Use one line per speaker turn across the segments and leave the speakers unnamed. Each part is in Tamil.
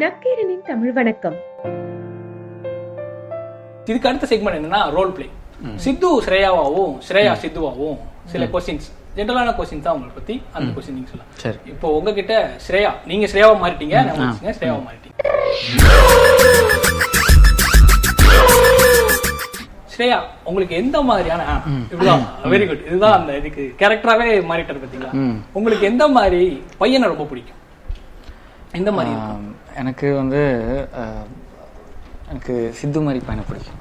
நக்கீரனின் தமிழ் வணக்கம்
இதுக்கு அடுத்த செக்மெண்ட் என்னன்னா ரோல் பிளே சித்து ஸ்ரேயாவாவும் ஸ்ரேயா சித்துவாவும் சில கொஸ்டின்ஸ் ஜென்ரலான கொஸ்டின் தான் உங்களை பத்தி அந்த கொஸ்டின் நீங்க
சரி.
சொல்லலாம் இப்போ உங்ககிட்ட ஸ்ரேயா நீங்க ஸ்ரேயாவா மாறிட்டீங்க நான் வச்சுங்க, ஸ்ரேயாவா மாறிட்டீங்க ஸ்ரேயா உங்களுக்கு எந்த மாதிரியான ஆ, இப்படிதான் வெரி குட் இதுதான் அந்த இதுக்கு கேரக்டராவே மாறிட்டார் பாத்தீங்களா உங்களுக்கு எந்த மாதிரி பையனை ரொம்ப பிடிக்கும் எந்த மாதிரி இருக்கும்?
ஆம், எனக்கு வந்து அஹ், எனக்கு சித்து மாதிரி பையனை பிடிக்கும்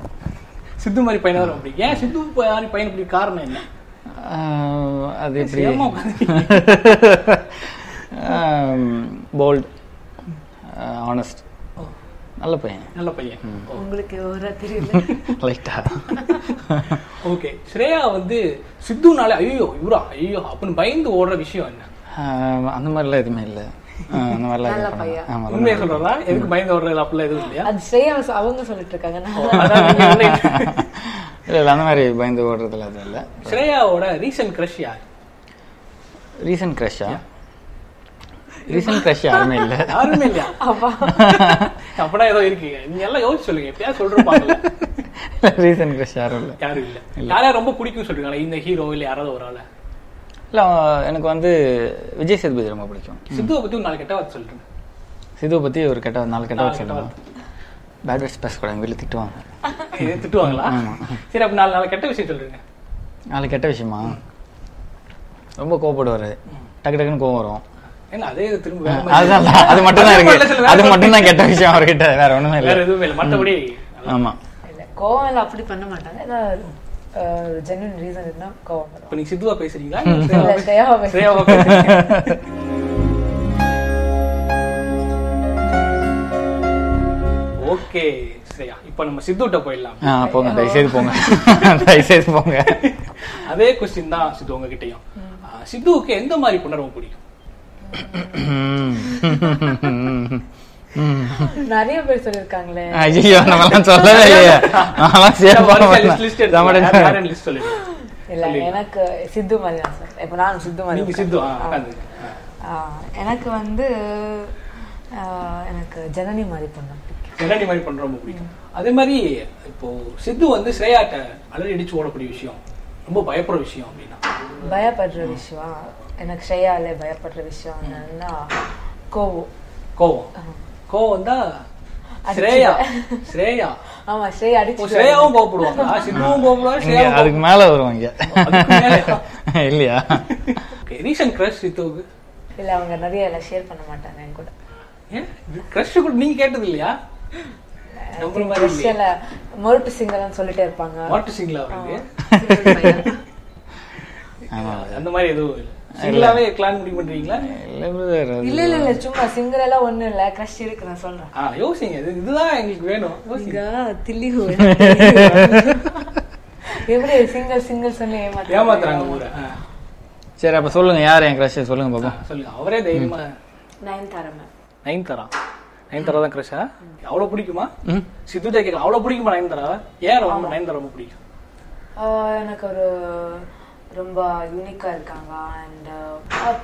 சித்து மாதிரி பையனை தான் ரொம்ப பிடிக்கும் ஏன் சித்து மாதிரி பையனை பிடிக்கும் காரணம் என்ன
ஆஹ், அது எப்படி
ஏமா உட்கார்ந்திருக்கீங்க?
போல்ட் ஆனஸ்ட் நல்ல பையன்
நல்ல பையன்
உங்களுக்கு ஒரு தெரியல
லைட்டா
ஓகே ஸ்ரேயா வந்து சித்துனாலே ஐயோ இவரா ஐயோ அப்படின்னு பயந்து ஓடுற விஷயம் என்ன
ஆஹ், அந்த மாதிரிலாம் எதுவுமே இல்லை ஆஹ், அந்த மாதிரிலாம்
நல்ல
எதுவும் பண்ணல.
பையன்.
ஆமா, ரொம்ப
உண்மையை
நல்ல
சொல்றதா எதுக்கு பயந்து ஓடுறது அப்படிலாம் எதுவும் இல்லையா
அது ஸ்ரேயா அவங்க சொல்லிட்டு இருக்காங்க நான்
அதான் நீங்க வந்து
இல்ல இல்ல அந்த மாதிரி பயந்து ஓடுறதுல அது இல்லை
ஸ்ரேயாவோட ரீசன்ட் க்ரஷ் யார்
ரீசன்ட் க்ரஷ்ஷா ரீசன்ட் க்ரஷ் யாருமே இல்லை
யாருமே இல்லையா
அப்பா
அப்படின்னா ஏதோ இருக்கீங்க நீங்க எல்லாம் யோசிச்சு சொல்லுங்க எப்பயா சொல்றாங்க
ரீசன்ட் க்ரஷ் யாரும் இல்லை
யாரும் இல்ல யாரா ரொம்ப பிடிக்கும் சொல்றீங்களா இந்த ஹீரோ இல்ல யாராவது ஒரு ஆள
இல்லை எனக்கு வந்து விஜய் சேதுபதி ரொம்ப பிடிக்கும்
சித்துவை பத்தி ஒரு நாலு கெட்ட வார்த்தை சொல்றேன்
சிதுவை பற்றி ஒரு கெட்ட நாலு கெட்ட
நாலு
வார்த்தை
கெட்ட
சொல்லணும் பேட் வேர்ட்ஸ் பேசக்கூடாது எங்கள் வீட்டில் திட்டுவாங்க
திட்டுவாங்களா சரி அப்ப நாலு நாலு கெட்ட விஷயம் சொல்றீங்க
நாலு கெட்ட விஷயமா ரொம்ப கோவப்படுவார் டக்கு டக்குன்னு கோவம் வரும்
ஏன்னா அதே இது திரும்ப வேற மாதிரி.
அதுதான் இல்ல, அது மட்டும் தான்
இல்ல,
இருக்கு
சில
அது
வேற
மட்டும் தான் கெட்ட விஷயம் அவர்கிட்ட வேற ஒண்ணுமே
வேற
இல்லை
எதுவுமே இல்லை மற்றபடி
ஆமா
இல்ல கோவம் எல்லாம் அப்படி பண்ண மாட்டாங்க ஏதாவது ஜென்வன் ரீசன் என்ன கோவம் வரும்
இப்ப நீங்க சித்துவா பேசுறீங்களா
இல்ல, ஸ்ரேயாவா பேசுறீங்க.
ஸ்ரேயாவா பேசுறீங்க ஓகே ஸ்ரேயா இப்போ நம்ம சித்துட்ட போயிடலாம்
ஆ போங்க தயவுசெய்து போங்க தயவுசெய்து போங்க
அதே கொஸ்டின் தான் சித்து உங்ககிட்டயும் ஆ, சித்துவுக்கு எந்த மாதிரி பொண்ணு ரொம்ப பிடிக்கும்
நிறைய பேர் சொல்லியிருக்காங்களே
ஐயோ நம்மலாம் சொல்லவே இல்லையே நான்லாம்
லிஸ்ட்
சேர்ப்போம்
எடுத்து லிஸ்ட் சொல்லுங்க
இல்ல எனக்கு சித்து மாதிரி நான் சொல்றேன். இப்ப நான் சித்து மாதிரி
நீங்க சித்து ஆ,
உட்கார்ந்து-
உட்கார்ந்து.
ஆ, எனக்கு வந்து ஆ, எனக்கு ஜனனி மாதிரி பொண்ணு பிடிக்கும்.
ஜெனடி மாதிரி பண்ற ரொம்ப பிடிக்கும் அதே மாதிரி இப்போ சித்து வந்து ஸ்ரேயாட்ட அலறி அடிச்சு ஓடக்கூடிய விஷயம் ரொம்ப பயப்படுற விஷயம் அப்படின்னா
பயப்படுற விஷயம் எனக்கு ஸ்ரேயால பயப்படுற விஷயம் என்னன்னா கோவம்
கோவம் கோவம் தான் ஸ்ரேயா ஸ்ரேயா
ஆமா ஸ்ரேயா
இப்போ
அடிச்சு
ஸ்ரேயாவும் கோவப்படுவாங்க சித்துவும் கோவப்படுவாங்க
இங்க
ஸ்ரேயாவும்
அதுக்கு மேல வருவாங்க இல்லையா
ரீசன் கிரஷ் சித்துவுக்கு
இல்ல அவங்க நிறைய எல்லாம் ஷேர் பண்ண மாட்டாங்க என் கூட
ஏன் கிரஷ் கூட நீங்க கேட்டது இல்லையா நம்மள மாதிரி இல்லையா?
கிறிஸ்டியன்ல மொரட்டு சிங்கர்னு சொல்லிட்டே இருப்பாங்க
மாட்டு சிங்களா அவருக்கு
ஆமா
அந்த மாதிரி எதுவும் இல்லை சிங்களாவே கிளான் முடிவு பண்றீங்களா
இல்லை brother, அது-
இல்ல இல்ல இல்ல சும்மா சிங்கர் எல்லாம் ஒண்ணும் இல்ல கிரஷ் இருக்கு நான் சொல்றேன்
ஆ யோசிங்க இது இதுதான் எங்களுக்கு வேணும் யோசிங்க
தில்லி எப்படி சிங்கர் சிங்கர் சொல்லி
ஏமாத்துறாங்க ஊரை ஆ,
சரி அப்ப சொல்லுங்க யார் என் கிரஷ் சொல்லுங்க பாப்போம்
சொல்லுங்க அவரே தைரியமா நயன்தாரா நயன்தாரா தான் கிரஷா அவ்வளவு பிடிக்குமா சித்துட்டே கேட்கலாம் அவ்வளவு பிடிக்குமா நயன்தாரா ஏன் ரொம்ப நயன்தாரா ரொம்ப பிடிக்கும்
ஆஹ் எனக்கு ஒரு ரொம்ப யூனிக்கா இருக்காங்க அண்ட்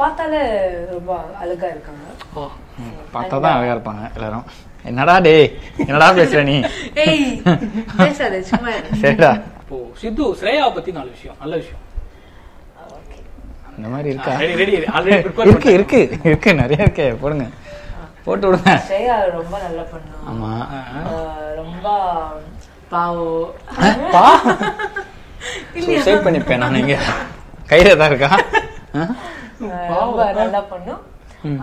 பார்த்தாலே ரொம்ப அழகா இருக்காங்க
பார்த்தா தான் அழகா இருப்பாங்க எல்லாரும் என்னடா டேய் என்னடா பேசுற நீ
ஏய் பேசாத சும்மா
சரிடா
இப்போ சித்து ஸ்ரேயாவை பத்தி நாலு விஷயம் நல்ல விஷயம்
அந்த மாதிரி இருக்கா
ரெடி ரெடி ஆல்ரெடி ப்ரிப்பேர்
இருக்கு இருக்கு இருக்கு நிறைய இருக்கே போடுங்க போட்டு விடுங்க
ஸ்ரேயா ரொம்ப நல்லா பண்ணும்
ஆமா
ஆஹ் ரொம்ப பாவோ
பா சூசைட் பண்ணிப்பேன் நான் இங்க கையில தான் இருக்கா ஆ?
ரொம்ப நல்லா பண்ணும்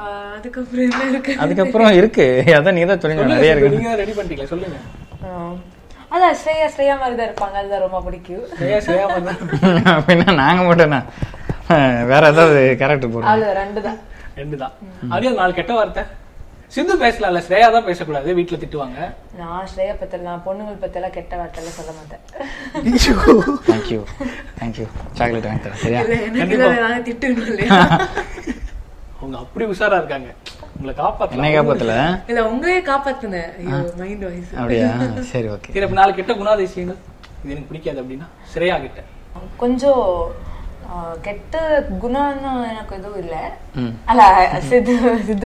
ஆஹ் அதுக்கப்புறம் என்ன இருக்கு
அதுக்கப்புறம் இருக்கு அதான் நீ தான் சொல்லுங்க நிறைய இருக்கு
நீங்க ரெடி பண்ணிட்டீங்களா சொல்லுங்க
ஆஹ் அதான் ஸ்ரேயா ஸ்ரேயா மாதிரி தான் இருப்பாங்க அதுதான் ரொம்ப பிடிக்கும்
ஸ்ரேயா ஸ்ரேயா மாதிரி தான்.
அப்படின்னா நாங்க மட்டும்னா வேற ஏதாவது கேரக்டர் போடுறோம்
அவ்வளவு ரெண்டு தான்
ரெண்டு தான் அதே நாலு கெட்ட வார்த்தை சிந்து பேசலாம்ல ஸ்ரேயா தான் பேசக்கூடாது வீட்டுல திட்டுவாங்க
நான் ஸ்ரேயா பத்தல நான் பொண்ணுங்கள் பத்தெல்லாம் கெட்ட வார்த்தைலாம் சொல்ல மாட்டேன்
தேங்க்யூ தேங்க்யூ சாக்லேட் வாங்கி தரேன் சரியா
எனக்கு
கண்டிப்பா.
இல்ல, நாங்க திட்டுனோம் இல்லையா
அவங்க அப்படி உஷாரா இருக்காங்க உங்களை காப்பாத்தலாம்
என்னை காப்பாத்தல
இல்ல உங்களையே காப்பாத்துனேன் ஐயோ மைண்ட் வைஸ்
அப்படியா சரி ஓகே
சரி அப்ப நாலு கெட்ட குணாதிசயங்கள் இது எனக்கு பிடிக்காது அப்படின்னா ஸ்ரேயா கிட்ட
கொஞ்சம் ஆ, கெட்ட குணம்னு எனக்கு எதுவும் இல்ல அல்ல சித்து சித்து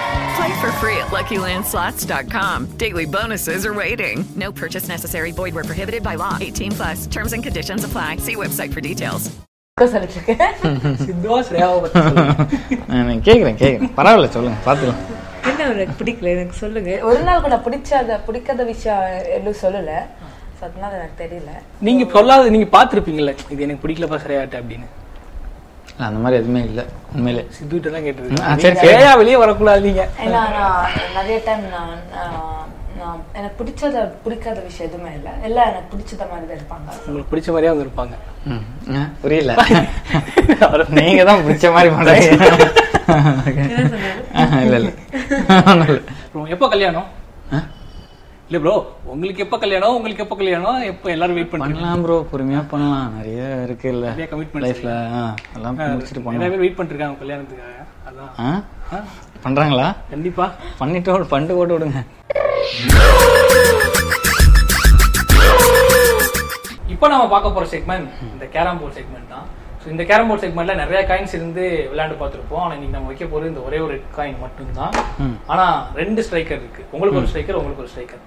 Play for free at LuckyLandSlots.com. Daily bonuses are waiting. No purchase necessary. Void were prohibited by law. 18 plus. Terms and conditions apply. See website for details.
சொல்லிட்டு இருக்கேன்
சிந்துவா ஸ்ரேயாவை பத்தி சொல்லுங்க.
நான் கேட்குறேன் கேட்குறேன் பரவாயில்ல சொல்லுங்க பார்த்துக்கலாம்
என்ன எனக்கு பிடிக்கல எனக்கு சொல்லுங்க ஒரு நாள் கூட பிடிச்சாத பிடிக்காத விஷயம் எதுவும் சொல்லல So, அதனால எனக்கு தெரியல
நீங்க சொல்லாத நீங்க பாத்திருப்பீங்கல்ல இது எனக்கு பிடிக்கலப்பா ஸ்ரேயாட்ட அப்படின்னு
இல்ல, அந்த மாதிரி எதுவுமே இல்லை உண்மையிலே
சிந்து கிட்ட தான்
ஆ, சரி,
கேட்டிருக்கேன்
சரி.
ஸ்ரேயா வெளியே வரக்கூடாது நீங்க
ஏன்னா நான் நிறைய டைம் நான் நான், நான் எனக்கு பிடிச்சத பிடிக்காத விஷயம் எதுவுமே இல்லை எல்லாம் எனக்கு பிடிச்சத மாதிரி தான் இருப்பாங்க
உங்களுக்கு பிடிச்ச மாதிரியா வந்து இருப்பாங்க
ம், ஆ, புரியல நீங்க தான் பிடிச்ச மாதிரி பண்றீங்க ஆ, இல்ல இல்ல ஒண்ணும் இல்ல.
bro, எப்போ கல்யாணம்
ஆ?
இல்ல ப்ரோ உங்களுக்கு எப்போ கல்யாணம் உங்களுக்கு எப்போ கல்யாணம் எப்போ எல்லாரும் வெயிட் பண்றீங்க
பண்ணலாம் ப்ரோ பொறுமையா பண்ணலாம் நிறைய இருக்கு இல்ல
நிறைய commitments
லைஃப்ல எல்லாம் முடிச்சிட்டு
நிறைய
பண்ணலாம்
பேர் வெயிட் பண்ணிட்டு இருக்காங்க கல்யாணத்துக்காக அதான்
ஆ? பண்றாங்களா
கண்டிப்பா
பண்ணிட்டு ஒரு பண்டு போட்டு விடுங்க
இப்போ நம்ம பார்க்க போற செக்மெண்ட் இந்த கேரம் போர்டு செக்மெண்ட் தான் ஸோ இந்த கேரம் போர்டு செக்மெண்ட்ல நிறைய காயின்ஸ் இருந்து விளையாண்டு பார்த்துருப்போம் ஆனா இன்னைக்கு நம்ம வைக்க போறது இந்த ஒரே ஒரு காயின் மட்டும்தான் ஆனா ரெண்டு ஸ்ட்ரைக்கர் இருக்கு உங்களுக்கு ஒரு ஸ்ட்ரைக்கர் உங்களுக்கு ஒரு ஸ்ட்ரைக்கர்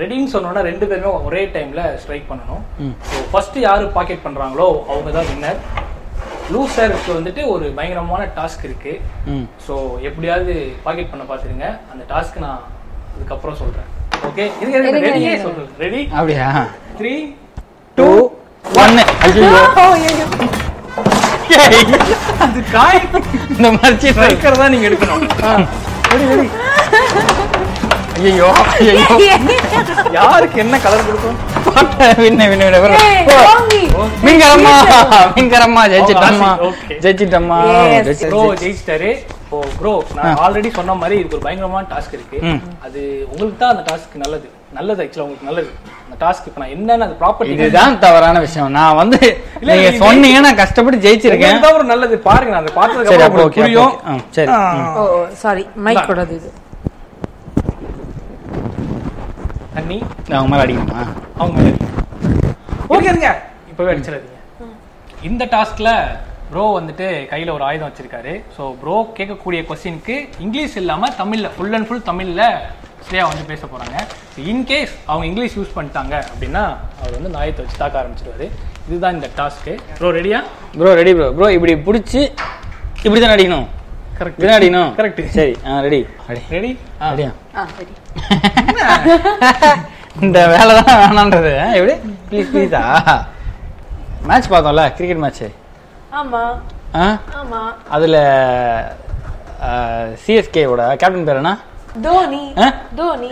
ரெடின்னு சொன்னோன்னா ரெண்டு பேருமே ஒரே டைம்ல ஸ்ட்ரைக் பண்ணணும் ஸோ ஃபர்ஸ்ட் யாரு பாக்கெட் பண்றாங்களோ அவங்க தான் வின்னர் லூசருக்கு வந்துட்டு ஒரு பயங்கரமான டாஸ்க் இருக்கு ஸோ எப்படியாவது பாக்கெட் பண்ண பார்த்துருங்க அந்த டாஸ்க் நான் அதுக்கப்புறம் சொல்றேன் ஓகே இது ரெடியே சொல்றேன் ரெடி
அப்படியா
த்ரீ
டூ ஒன்னு ஐயோ
அது காய்
இந்த மாதிரி
ஸ்ட்ரைக்கர் தான் நீங்க எடுக்கணும்
ஐயோ ஐயோ
யாருக்கு என்ன கலர் கொடுக்கும்
பாட்டை வின்ன வின்ன வின்ன வின்ன. போ. மின்கரம்மா மின்கரம்மா ஜெயிச்சிட்டம்மா
Oh, Okay. Oh,
ஜெயிச்சிட்டம்மா
Yes.
ஜெயிச்சிட்டம்மா.
ப்ரோ ஜெயிச்சிட்டாரு ஓ ப்ரோ நான் ஆல்ரெடி சொன்ன மாதிரி இதுக்கு ஒரு பயங்கரமான டாஸ்க் இருக்கு
ம்.
அது உங்களுக்கு தான் அந்த டாஸ்க் நல்லது நல்லது ஆக்சுவலா உங்களுக்கு நல்லது அந்த டாஸ்க் இப்போ நான் என்னன்னு அந்த ப்ராப்பர்ட்டி
இதுதான் தவறான விஷயம் நான் வந்து
இல்ல,
நீங்க
நீ
சொன்னீங்க நான் கஷ்டப்பட்டு ஜெயிச்சிருக்கேன்
தான் ஒரு நல்லது பாருங்க நான் அதை பார்த்ததுக்கு
சரி
அப்புறம்
அப்போ
உங்களுக்கு
ஓகே
புரியும்
சரி
ஓ சாரி மைக் கூடாது இது
தண்ணி
அவங்க மேல அடிக்கணுமா
அவங்க ஓகே இருங்க இப்பவே அடிச்சிடாதீங்க இந்த டாஸ்க்ல ப்ரோ வந்துட்டு கையில ஒரு ஆயுதம் வச்சிருக்காரு ஸோ ப்ரோ கேட்கக்கூடிய கொஸ்டினுக்கு இங்கிலீஷ் இல்லாம தமிழ்ல ஃபுல் அண்ட் ஃபுல் தமிழ்ல ஸ்ரேயா வந்து பேச போறாங்க இன்கேஸ் அவங்க இங்கிலீஷ் யூஸ் பண்ணிட்டாங்க அப்படின்னா அவர் வந்து நாயத்தை வச்சு தாக்க ஆரம்பிச்சிருவாரு இதுதான் இந்த டாஸ்க்கு ப்ரோ ரெடியா
ப்ரோ ரெடி ப்ரோ ப்ரோ இப்படி பிடிச்சி இப்படி தான் அடிக்கணும்
கரெக்ட்
இப்படி தான் அடிக்கணும்
Correct.
சரி ஆ ரெடி ரெடி
ரெடி
ரெடியா
ஆ சரி
இந்த வேலை தான் வேணான்றது ஆ, எப்படி ப்ளீஸ் ப்ளீஸா மேட்ச் பார்த்தோம்ல கிரிக்கெட் மேட்ச்சு
ஆமா
ஆ
ஆமா
அதில் சிஎஸ்கேவோட கேப்டன் பேர் என்ன
தோனி
ஆ?
தோனி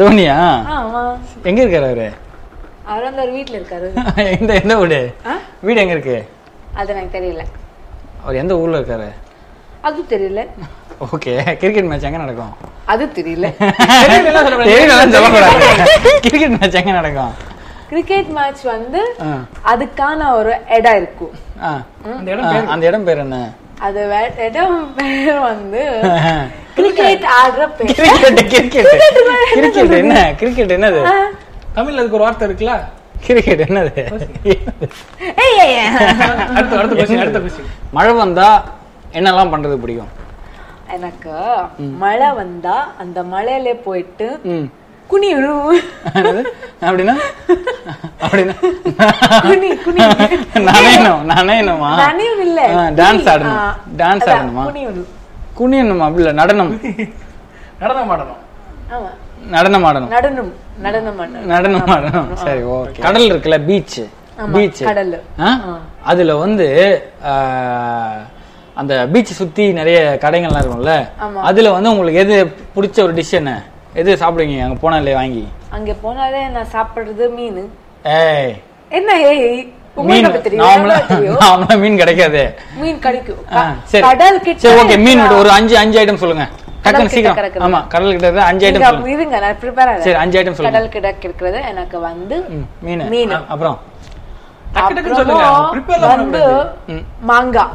தோனியா
ஆமா
எங்க இருக்காரு அவரு
அவர் வந்து ஒரு வீட்ல இருக்காரு
எந்த எந்த வீடு வீடு எங்க இருக்கு
அது எனக்கு தெரியல
அவர் எந்த ஊர்ல இருக்காரு
அது தெரியல
ஓகே கிரிக்கெட் மேட்ச் எங்க நடக்கும்
அது தெரியல
தெரியலன்னு சொல்லக்கூடாது கிரிக்கெட் மேட்ச் எங்க நடக்கும்
கிரிக்கெட் மேட்ச் வந்து
ஆ.
அதுக்கான ஒரு இடம் இருக்கும்
ஆ.
அந்த இடம்
ஆ, அந்த இடம் பேர் என்ன
அது வே- இடம் பேர் வந்து கிரிக்கெட் ஆடுற பேர்
கிரிக்கெட் கிரிக்கெட் கிரிக்கெட் என்ன கிரிக்கெட் என்னது
தமிழ்ல அதுக்கு ஒரு வார்த்தை இருக்குல்ல
கிரிக்கெட் என்னது
ஏய், ஏய், ஏய்.
அடுத்த அடுத்த கொஸ்டின் அடுத்த கொஸ்டின்
மழை வந்தா என்னெல்லாம் பண்றது பிடிக்கும்
எனக்கு மழை வந்தா அந்த மழையில போயிட்டு குனி விழுவும்
என்னது? அப்படின்னா அப்படின்னா
குனி குனி
நனையணும் நனையணுமா
நனையும் இல்ல
ஆ,
குனி.
டான்ஸ் ஆடணும்
ஆ,
டான்ஸ்
அதான்,
ஆடணுமா
குனி விழுவும்
குனியணுமா அப்படி இல்ல நடனம்
நடனம் ஆடணும்
ஆமா
நடனம் ஆடணும்
நடனம் நடனம் பண்ணணும்
நடனம் ஆடணும் சரி ஓகே கடல் இருக்குல்ல பீச் பீச்
கடலு.
அதுல வந்து ஆஹ், அந்த பீச் சுத்தி நிறைய கடைகள்லாம் இருக்கும்ல அதுல வந்து உங்களுக்கு எது பிடிச்ச ஒரு டிஷ் என்ன எது சாப்பிடுவீங்க அங்க போனாலே வாங்கி
அங்க போனாலே நான் சாப்பிடுறது மீன்
ஏய்
என்ன ஏய்
மீன்
உங்களுக்கு தெரியும்
நாமளா
எவ்வளவு தெரியும்?
நாமளா மீன் கிடைக்காது
மீன் கிடைக்கும்
ஆ,
க-
சரி
கடல் கிட்ட
சரி ஓகே மீன் விட்டு ஒரு அஞ்சு அஞ்சு ஐட்டம் சொல்லுங்க டக்குன்னு
கிட்ட
சீக்கிரம்
கிடக்குது.
ஆமா கடல் கிட்ட இருக்கு, அஞ்சு ஐட்டம்
இங்க
சொல்லுங்க
இருங்க நான் ப்ரிப்பேர் ஆகிறேன்
சரி, அஞ்சு item சொல்லுங்க.
கடல் கிடக்கு இருக்கிறது எனக்கு வந்து
ம், மீன்
மீன்.
அப்புறம்
டக்கு டக்குன்னு
அப்புறமா
சொல்லுங்க prepare எல்லாம்
வந்து
பண்ணக்கூடாது.
மாங்காய்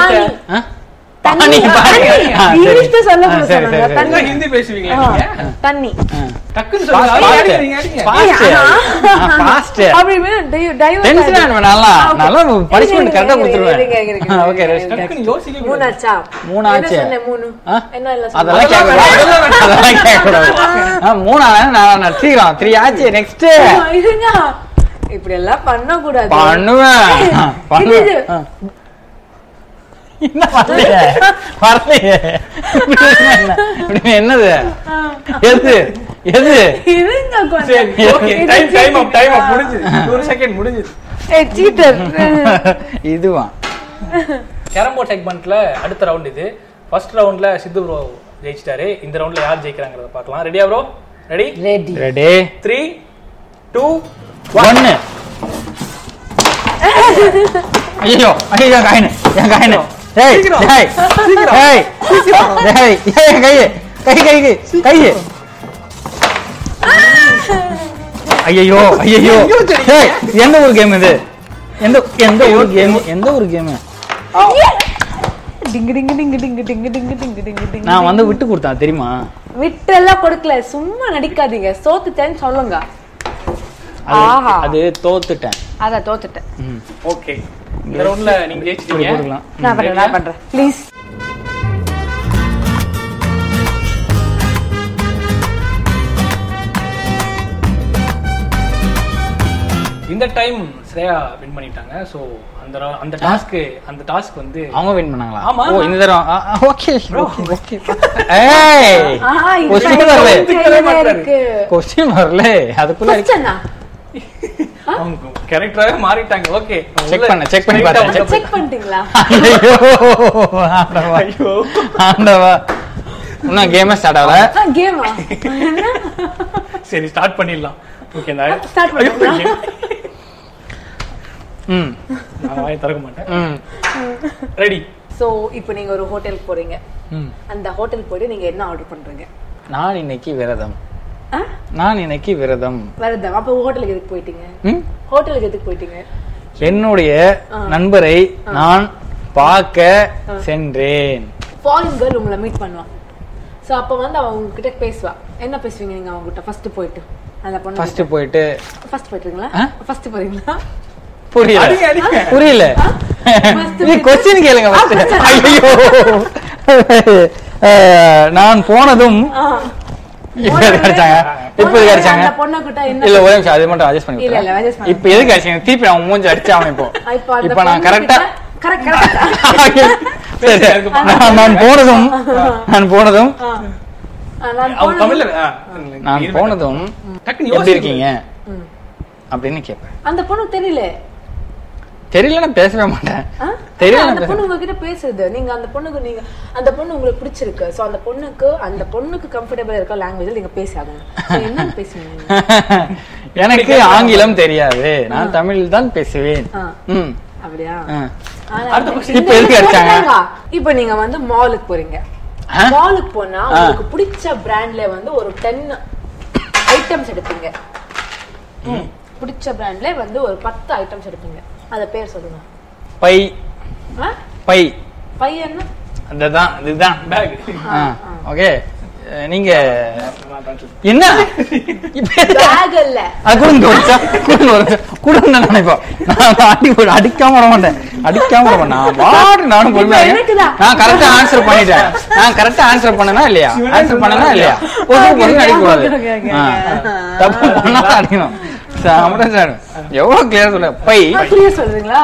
ஆ?
தண்ணி
பானி, பானி. ஆ, சரி.
இழுத்து சொல்ல
ஆ, சரி,
சொன்னாங்க.
சரி,
தண்ணி.
சரி.
ஹிந்தி பேசுவீங்களா
ஆ,
நீங்க
தண்ணி
டக்குன்னு சொல்லுங்க
Fast.
அடிங்க, அடிங்க அடிங்க
Fast. ஆ, fast.
அப்படி வேணும், dive- dive
Tension
ஆகாது.
ஆகணும் நல்லா.
ஆ, okay.
நல்லா punishment
இருங்க,
correct ஆ
இருங்க,
கொடுத்துருவேன்.
இருங்க, இருங்க, இருங்க,
ஆ,
இருங்க,
okay,
இருங்க,
rest.
இருங்க.
டக்குன்னு யோசிக்க
மூணு
கூடாது.
ஆச்சா?
மூணு
என்ன
ஆச்சு.
சொன்னேன், மூணு?
ஆ?
என்ன எல்லாம்
அதெல்லாம்
சொன்னேன்?
கேட்கக்கூடாது. அதெல்லாம் கேட்கக்கூடாது. ஆ, மூணா? நான் நான் சீக்கிரம். three ஆச்சு. next.
ஆ, இருங்க. இப்படி எல்லாம் பண்ணக்கூடாது.
பண்ணுவேன். ஆ,
இது,
பண்ணுவேன். ஆ. என்ன வரலையே? வரலையே. இப்படி என்ன? இப்படி என்னது எது எது
இருங்க கொஞ்சம்.
சரி ஓகே
இது
time time up time up
cheating.
முடிஞ்சது ஒரு செகண்ட் முடிஞ்சது
ஏய், cheater.
இதுவா
கேரம் போர்ட் செக்மெண்ட்ல அடுத்த ரவுண்ட் இது ஃபர்ஸ்ட் ரவுண்ட்ல சித்து ப்ரோ ஜெயிச்சிட்டாரு இந்த ரவுண்ட்ல யார் ஜெயிக்கிறாங்கறத பார்க்கலாம் ரெடியா bro ready
Ready.
Ready
three two
ஒன்னு ஐயோ ஐயோ காயினு என் காயினு ஏய்
சீக்கிரம்.
ஏய் ஏய் ஏய் ஏய் கை கை கை கை கை ஐயோ ஐயோ ஏய் எந்த ஒரு கேம் இது எந்த எந்த ஒரு கேம் எந்த ஒரு கேம்
டிங்கு, டிங்கு, டிங்கு, டிங்கு, டிங்கு, டிங்கு, டிங்கு, டிங்கு, டிங்கு.
நான் வந்து விட்டு கொடுத்தேன் தெரியுமா
விட்டெல்லாம் கொடுக்கல சும்மா நடிக்காதீங்க சோத்துட்டேன்னு சொல்லுங்க
அது
ஆஹா.
அது தோத்துட்டேன்
அதான் தோத்துட்டேன்
ஓகே இந்த ரவுண்ட்ல நீங்க
இப்படி
ஜெயிச்சிட்டீங்க
கொடுக்கலாம்
நான் பண்றேன் நான் பண்றேன் ப்ளீஸ்
இந்த டைம் ஸ்ரேயா வின் பண்ணிட்டாங்க சோ அந்த ra- அந்த டாஸ்க் அந்த டாஸ்க் வந்து
அவங்க வின் பண்ணாங்களா
ஆமா.
ஓ இந்த தடவை ஓகே ஓகே ஓகே ஏய் கொஸ்டின் வரல கொஸ்டின் வரல அதுக்குள்ள இருக்கு.
அவங்க கேரக்டராவே மாறிட்டாங்க ஓகே
Check பண்ண, check பண்ணி பார்த்தேன், check
செக் பண்ணிட்டீங்களா
ஐயோ ஆண்டவா
ஐயோ.
ஆண்டவா இன்னும் கேமே ஸ்டார்ட் ஆகல
கேமா
சரி ஸ்டார்ட் பண்ணிடலாம் ஓகே
Start பண்ணிடலாம்.
ம்
நான் வாயை திறக்க மாட்டேன்
ம்
ரெடி
சோ இப்போ நீங்க ஒரு ஹோட்டலுக்கு போறீங்க அந்த ஹோட்டல் போயிட்டு நீங்க என்ன ஆர்டர் பண்றீங்க
நான் இன்னைக்கு விரதம்
ஆ?
நான் இன்னைக்கு விரதம்
வருதா அப்ப ஹோட்டலுக்கு எதுக்கு போயிட்டீங்க
ம்?
ஹோட்டலுக்கு எதுக்கு போயிட்டீங்க
என்னுடைய நண்பரை நான் பார்க்க சென்றேன்
ஃபாரின் கேர்ள் உங்களை மீட் பண்ணுவான் சோ அப்ப வந்து அவன் உங்ககிட்ட பேசுவா என்ன பேசுவீங்க நீங்க அவங்க கிட்ட ஃபர்ஸ்ட் போயிட்டு அந்த பொண்ணு
ஃபர்ஸ்ட் போயிட்டு
ஃபர்ஸ்ட் போயிட்டுங்களா
ஆ?
ஃபர்ஸ்ட் போறீங்களா
புரியல
அடிங்க, அடிங்க.
புரியல
First
நீ
போயிட்டு-
கொஸ்டின் கேளுங்க
ஆ,
first.
question.
ஐயோ அஹ், நான் போனதும் இப்ப
போனதுமே-
கிடைச்சாங்க இப்ப
போனதுமே
கிடைச்சாங்க
அந்த பொண்ணுகிட்ட என்ன
இல்ல ஒரே நிமிஷம் அது மட்டும் அட்ஜஸ்ட் பண்ணி
இல்ல, இல்ல, adjust
விட்டுறேன்.
பண்ண
இப்ப எதுக்கு அடிச்சாங்க திருப்பி நான் மூஞ்சி அடிச்சு அவன் இப்போ
ஆ, இப்போ அந்த
இப்ப நான்
பொண்ணு
கரெக்டா
கிட்ட- correct, correct.
சரி சரி. நான் நான் போனதும் நான் போனதும்
ஆ, நான்
அவங்க
போனது-
தமிழ்ல ஆ,
நான்
இருங்க.
போனதும்
டக்குன்னு
எப்படி
யோசிக்க
இருக்கீங்க அப்படின்னு கேட்பேன்
அந்த பொண்ணு தெரியல
தெரியல நான் பேசவே மாட்டேன்
ஆ?
தெரியல
அந்த
நான் பேச
பொண்ணு உங்ககிட்ட பேசுது நீங்க அந்த பொண்ணுக்கு நீங்க அந்த பொண்ணு உங்களுக்கு பிடிச்சிருக்கு சோ அந்த பொண்ணுக்கு அந்த பொண்ணுக்கு கம்ஃபர்டபிள் இருக்க லாங்குவேஜ்ல நீங்க பேசாதீங்க So, என்ன பேசுவீங்க நீங்க?
எனக்கு ஆங்கிலம் தெரியாது நான் தமிழ் தான் பேசுவேன்
ஆ.
ம்
அப்படியா
ஆ.
ஆனா,
அடுத்த question.
இந்த
இப்ப எதுக்கு
இது
அடிச்சாங்க?
போட்டாங்க. இப்ப நீங்க வந்து மாலுக்கு போறீங்க
ஆ?
மாலுக்கு போனா
ஆ.
உங்களுக்கு பிடிச்ச பிராண்ட்ல வந்து ஒரு டென் ஐட்டம்ஸ் எடுப்பீங்க பிடிச்ச பிராண்ட்ல வந்து ஒரு பத்து ஐட்டம்ஸ் எடுப்பீங்க அத பேர் சொல்லுங்க
பை
ஆ?
பை
பையன்னா
அதுதான் இதுதான்
Bag.
ஓகே அஹ், நீங்க என்ன
பேக் இல்ல
அது கொடுங்க ஒரு நிமிஷம், கொடுங்க ஒரு நிமிஷம், கொடுங்க நான் நினைப்போம் நான் அடி போடு அடிக்காம விட மாட்டேன் அடிக்காம விட மாட்டேன் நான் பாடு நானும் கொள்வேன்
எனக்குதா?
நான் கரெக்டா ஆன்சர் பண்ணிட்டேன் நான் கரெக்டா ஆன்சர் பண்ணனா இல்லையா ஆன்சர் பண்ணனா இல்லையா ஒரு பொண்ணு அடிக்கக்கூடாது ஆ, தப்பு பண்ணா அடிக்கணும் சாமரம் சார் எவ்வளவு கிளியர் சொல்ல பை
அப்படியே சொல்றீங்களா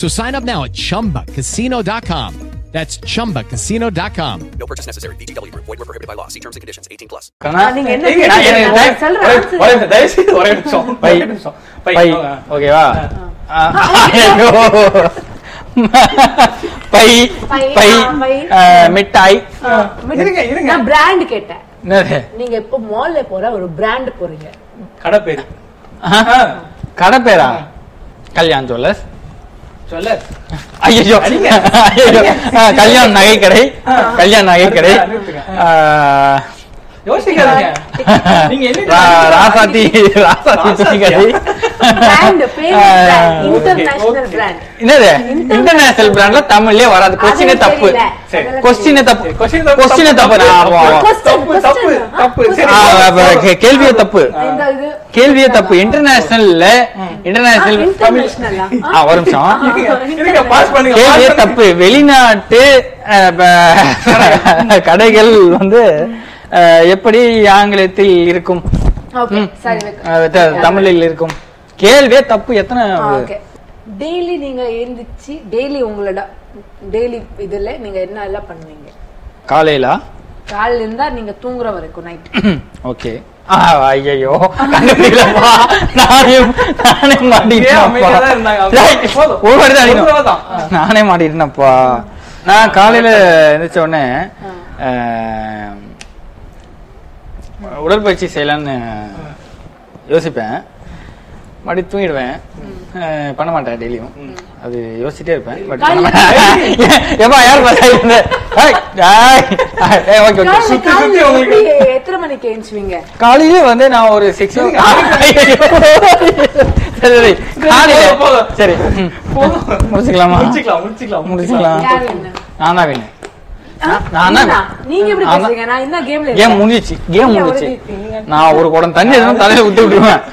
So sign up now at chumbacasino.com. That's chumbacasino.com.
No purchase necessary. VGW Group. Void were prohibited by law. See terms and conditions. 18 plus.
நீங்க என்ன
ஏங்க, நான்
கேக்குறீங்க?
எனக்கு time-
சொல்ற
ஒரே-
answer.
ஒரே நிமிஷம், தயவு செய்து ஒரே நிமிஷம். பை. பை. ஓகேவா? ஆ. ஐயோ. பை,
பை,
பை,
ஆ, பை.
ஆ, மிட்டாய்
இருங்க, இருங்க.
நான் பிராண்ட் கேட்டேன்
என்னது?
நீங்க இப்போ மால்ல போற ஒரு பிராண்ட் போறீங்க
கடை பேரு
ஆஹா. கடை பேரா கல்யாண் ஜுவல்லர்ஸ்
சொல்ல
ஐயோ ஐயோ கல்யாண் நகைக்கடை கல்யாண் நகைக்கடை ஆ,
யோசிக்காதீங்க நீங்க என்ன
ரா- ராசாத்தி ராசாத்தி துணிக்கடை
பிராண்ட் பேர்
ஆ.
இன்டர்நேஷனல் பிராண்ட்
என்னது இன்டர்நேஷனல் பிராண்ட்ல தமிழ்லயே வராது கொஸ்டினே
அது
தப்பு
தெரியல.
கொஸ்டினே
Eh,
தப்பு கொஸ்டினே தப்பு நான் ஆமா, ஆமா.
Question, question.
ஆ, அப்ப கே- கேள்வியே தப்பு
இந்த இது
கேள்வியே தப்பு இன்டர்நேஷனல்ல இன்டர்நேஷனல்
இன்டர்நேஷனலா
ஆ ஒரு நிமிஷம்
இருங்க பாஸ் பண்ணுங்க
கேள்வியே
pass
தப்பு வெளிநாட்டு அஹ், ப- கடைகள் வந்து அஹ், எப்படி ஆங்கிலத்தில் இருக்கும்
ஓகே சரி
அஹ், த- தமிழில் இருக்கும் கேள்வியே தப்பு எத்தனை
ஓகே டெய்லி நீங்க எழுந்திருச்சு டெய்லி உங்களோட டெய்லி இதுல நீங்க என்ன எல்லாம் பண்ணுவீங்க
காலையில
காலையில இருந்தா நீங்க தூங்குற வரைக்கும் நைட்
ஓகே ஆ, ஐயையோ கண்டுபிடிக்கலப்பா நானே நானே
ஏன் அமைதியாதான் இருந்தாங்க?
மாட்டிட்டேன்ப்பா
அவங்க போதும்.
ஒரு வாட்டி தான்
ஒரு தடவை
அடிக்கணும்.
தான். ஆ.
நானே மாட்டிட்டேனப்பா நான் காலையில எந்திரிச்ச உடனே அஹ், உடற்பயிற்சி செய்யலான்னு யோசிப்பேன் மறுபடி தூங்கிடுவேன் அஹ், பண்ண மாட்டேன் டெய்லியும் அது யோசிச்சிட்டே இருப்பேன் பட் ஏப்பா யார் பார்த்தா இந்த ஏய், ஏய், ஏய், ஓகே ஓகே
காலையில காலையில எப்படி எத்தனை மணிக்கு எழுந்துச்சுவீங்க
காலையில வந்து நான் ஒரு சிக்ஸ் சரி காலையில சரி ம். முடிச்சுக்கலாமா
முடிச்சுக்கலாம், முடிச்சுக்கலாம்,
முடிச்சுக்கலாம்
யார் என்ன
நான் தான் வேணும் நான் தான்
நீங்க எப்படி
ஆமா.
பேசுறீங்க நான் என்ன கேம்ல
கேம் முடிஞ்சிச்சு கேம்
நீங்க
முடிஞ்சிச்சு
உடனே
நான் ஒரு குடம் தண்ணி எதுவும் தலையில விட்டு விட்டுருவேன்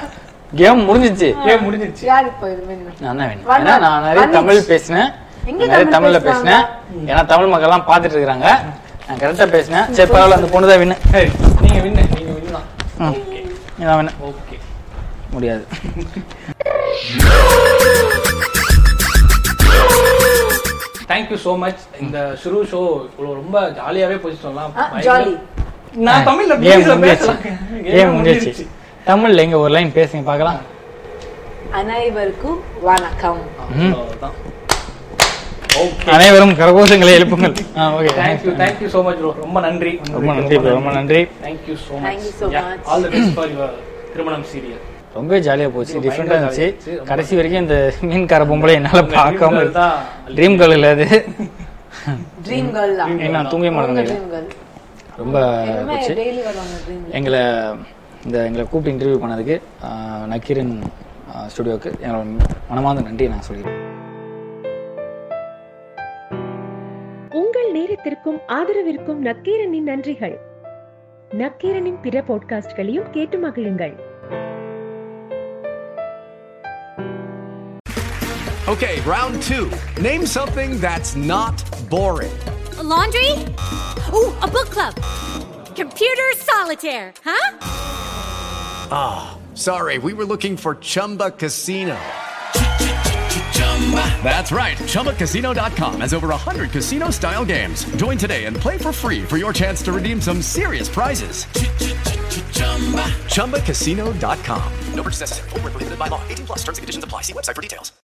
கேம் முடிஞ்சிச்சு
ஏன் முடிஞ்சிருச்சு
யார் இப்போ இது வேணும்?
நான் தான் வேணும்
வா,
ஏன்னா நான் நிறைய
வா,
தமிழ் பேசினேன்
எங்க
நிறைய
தமிழ்
தமிழ்ல
பேசுறாங்க?
பேசினேன் ஏன்னா தமிழ் மக்கள் எல்லாம் பாத்துட்டு இருக்காங்க நான் கரெக்டா பேசினேன் சரி பரவாயில்ல அந்த பொண்ணு தான் வேணும்
சரி, நீங்க வின்னு நீங்க வின்னா
நான் வேணும்
ஓகே
முடியாது
தேங்க்யூ சோ மச் இந்த சுரு ஷோ இவ்வளவு ரொம்ப ஜாலியாவே போய் சொல்லலாம்
ஆ, Ah, jolly.
Ah.
நான் தமிழ்ல
ஏன்
பேச
முடிஞ்சிச்சு?
பேசலாம்
ஏன் முடிஞ்சிச்சு தமிழ்ல எங்க ஒரு லைன் பேசுங்க பார்க்கலாம்
அனைவருக்கும் வணக்கம்
Ah,
ம்.
அவ்வளவுதான்.
அனைவரும் கரகோஷங்களை எழுப்புங்கள் ஆ, okay.
Thank you thank you so much bro ரொம்ப நன்றி
ரொம்ப நன்றி bro, ரொம்ப நன்றி
thank you so
Thank you so much.
Much all the best for your திருமணம் சீரியல்
ரொம்ப ஜாலியா போச்சு
ரொம்ப
டிஃப்ரெண்டா
பயங்கர
இருந்துச்சு
ஜாலியா இருந்துச்சு.
கடைசி வரைக்கும் இந்த மீன்கார பொம்பளை என்னால
உங்க dream
பார்க்காம
girl தான்
ட்ரீம் கேர்ள் அது
ட்ரீம் கேர்ள் தான்
ஏய், நான் தூங்கவே மாட்டேன் நினைக்கிறேன்.
ட்ரீம் கேர்ள்
ரொம்ப
இனிமே
போச்சு
டெய்லி வருவாங்க ட்ரீம்
எங்களை இந்த எங்களை கூப்பிட்டு இன்டர்வியூ பண்ணதுக்கு ஆ, நக்கீரன் ஆ, ஸ்டுடியோவுக்கு எங்களோட மனமார்ந்த நன்றியை நான் சொல்லிக்கிறேன்
உங்கள் நேரத்திற்கும் ஆதரவிற்கும் நக்கீரனின் நன்றிகள் நக்கீரனின் பிற பாட்காஸ்ட்களையும் கேட்டு மகிழுங்கள்
Okay, round two. Name something that's not boring.
A laundry? Ooh, a book club. Computer solitaire, huh?
Ah, sorry, we were looking for Chumba Casino. That's right, ChumbaCasino.com has over 100 casino style games. Join today and play for free for your chance to redeem some serious prizes. ChumbaCasino.com.
No purchase necessary. Void were prohibited by law. 18 plus terms and conditions apply. See website for details.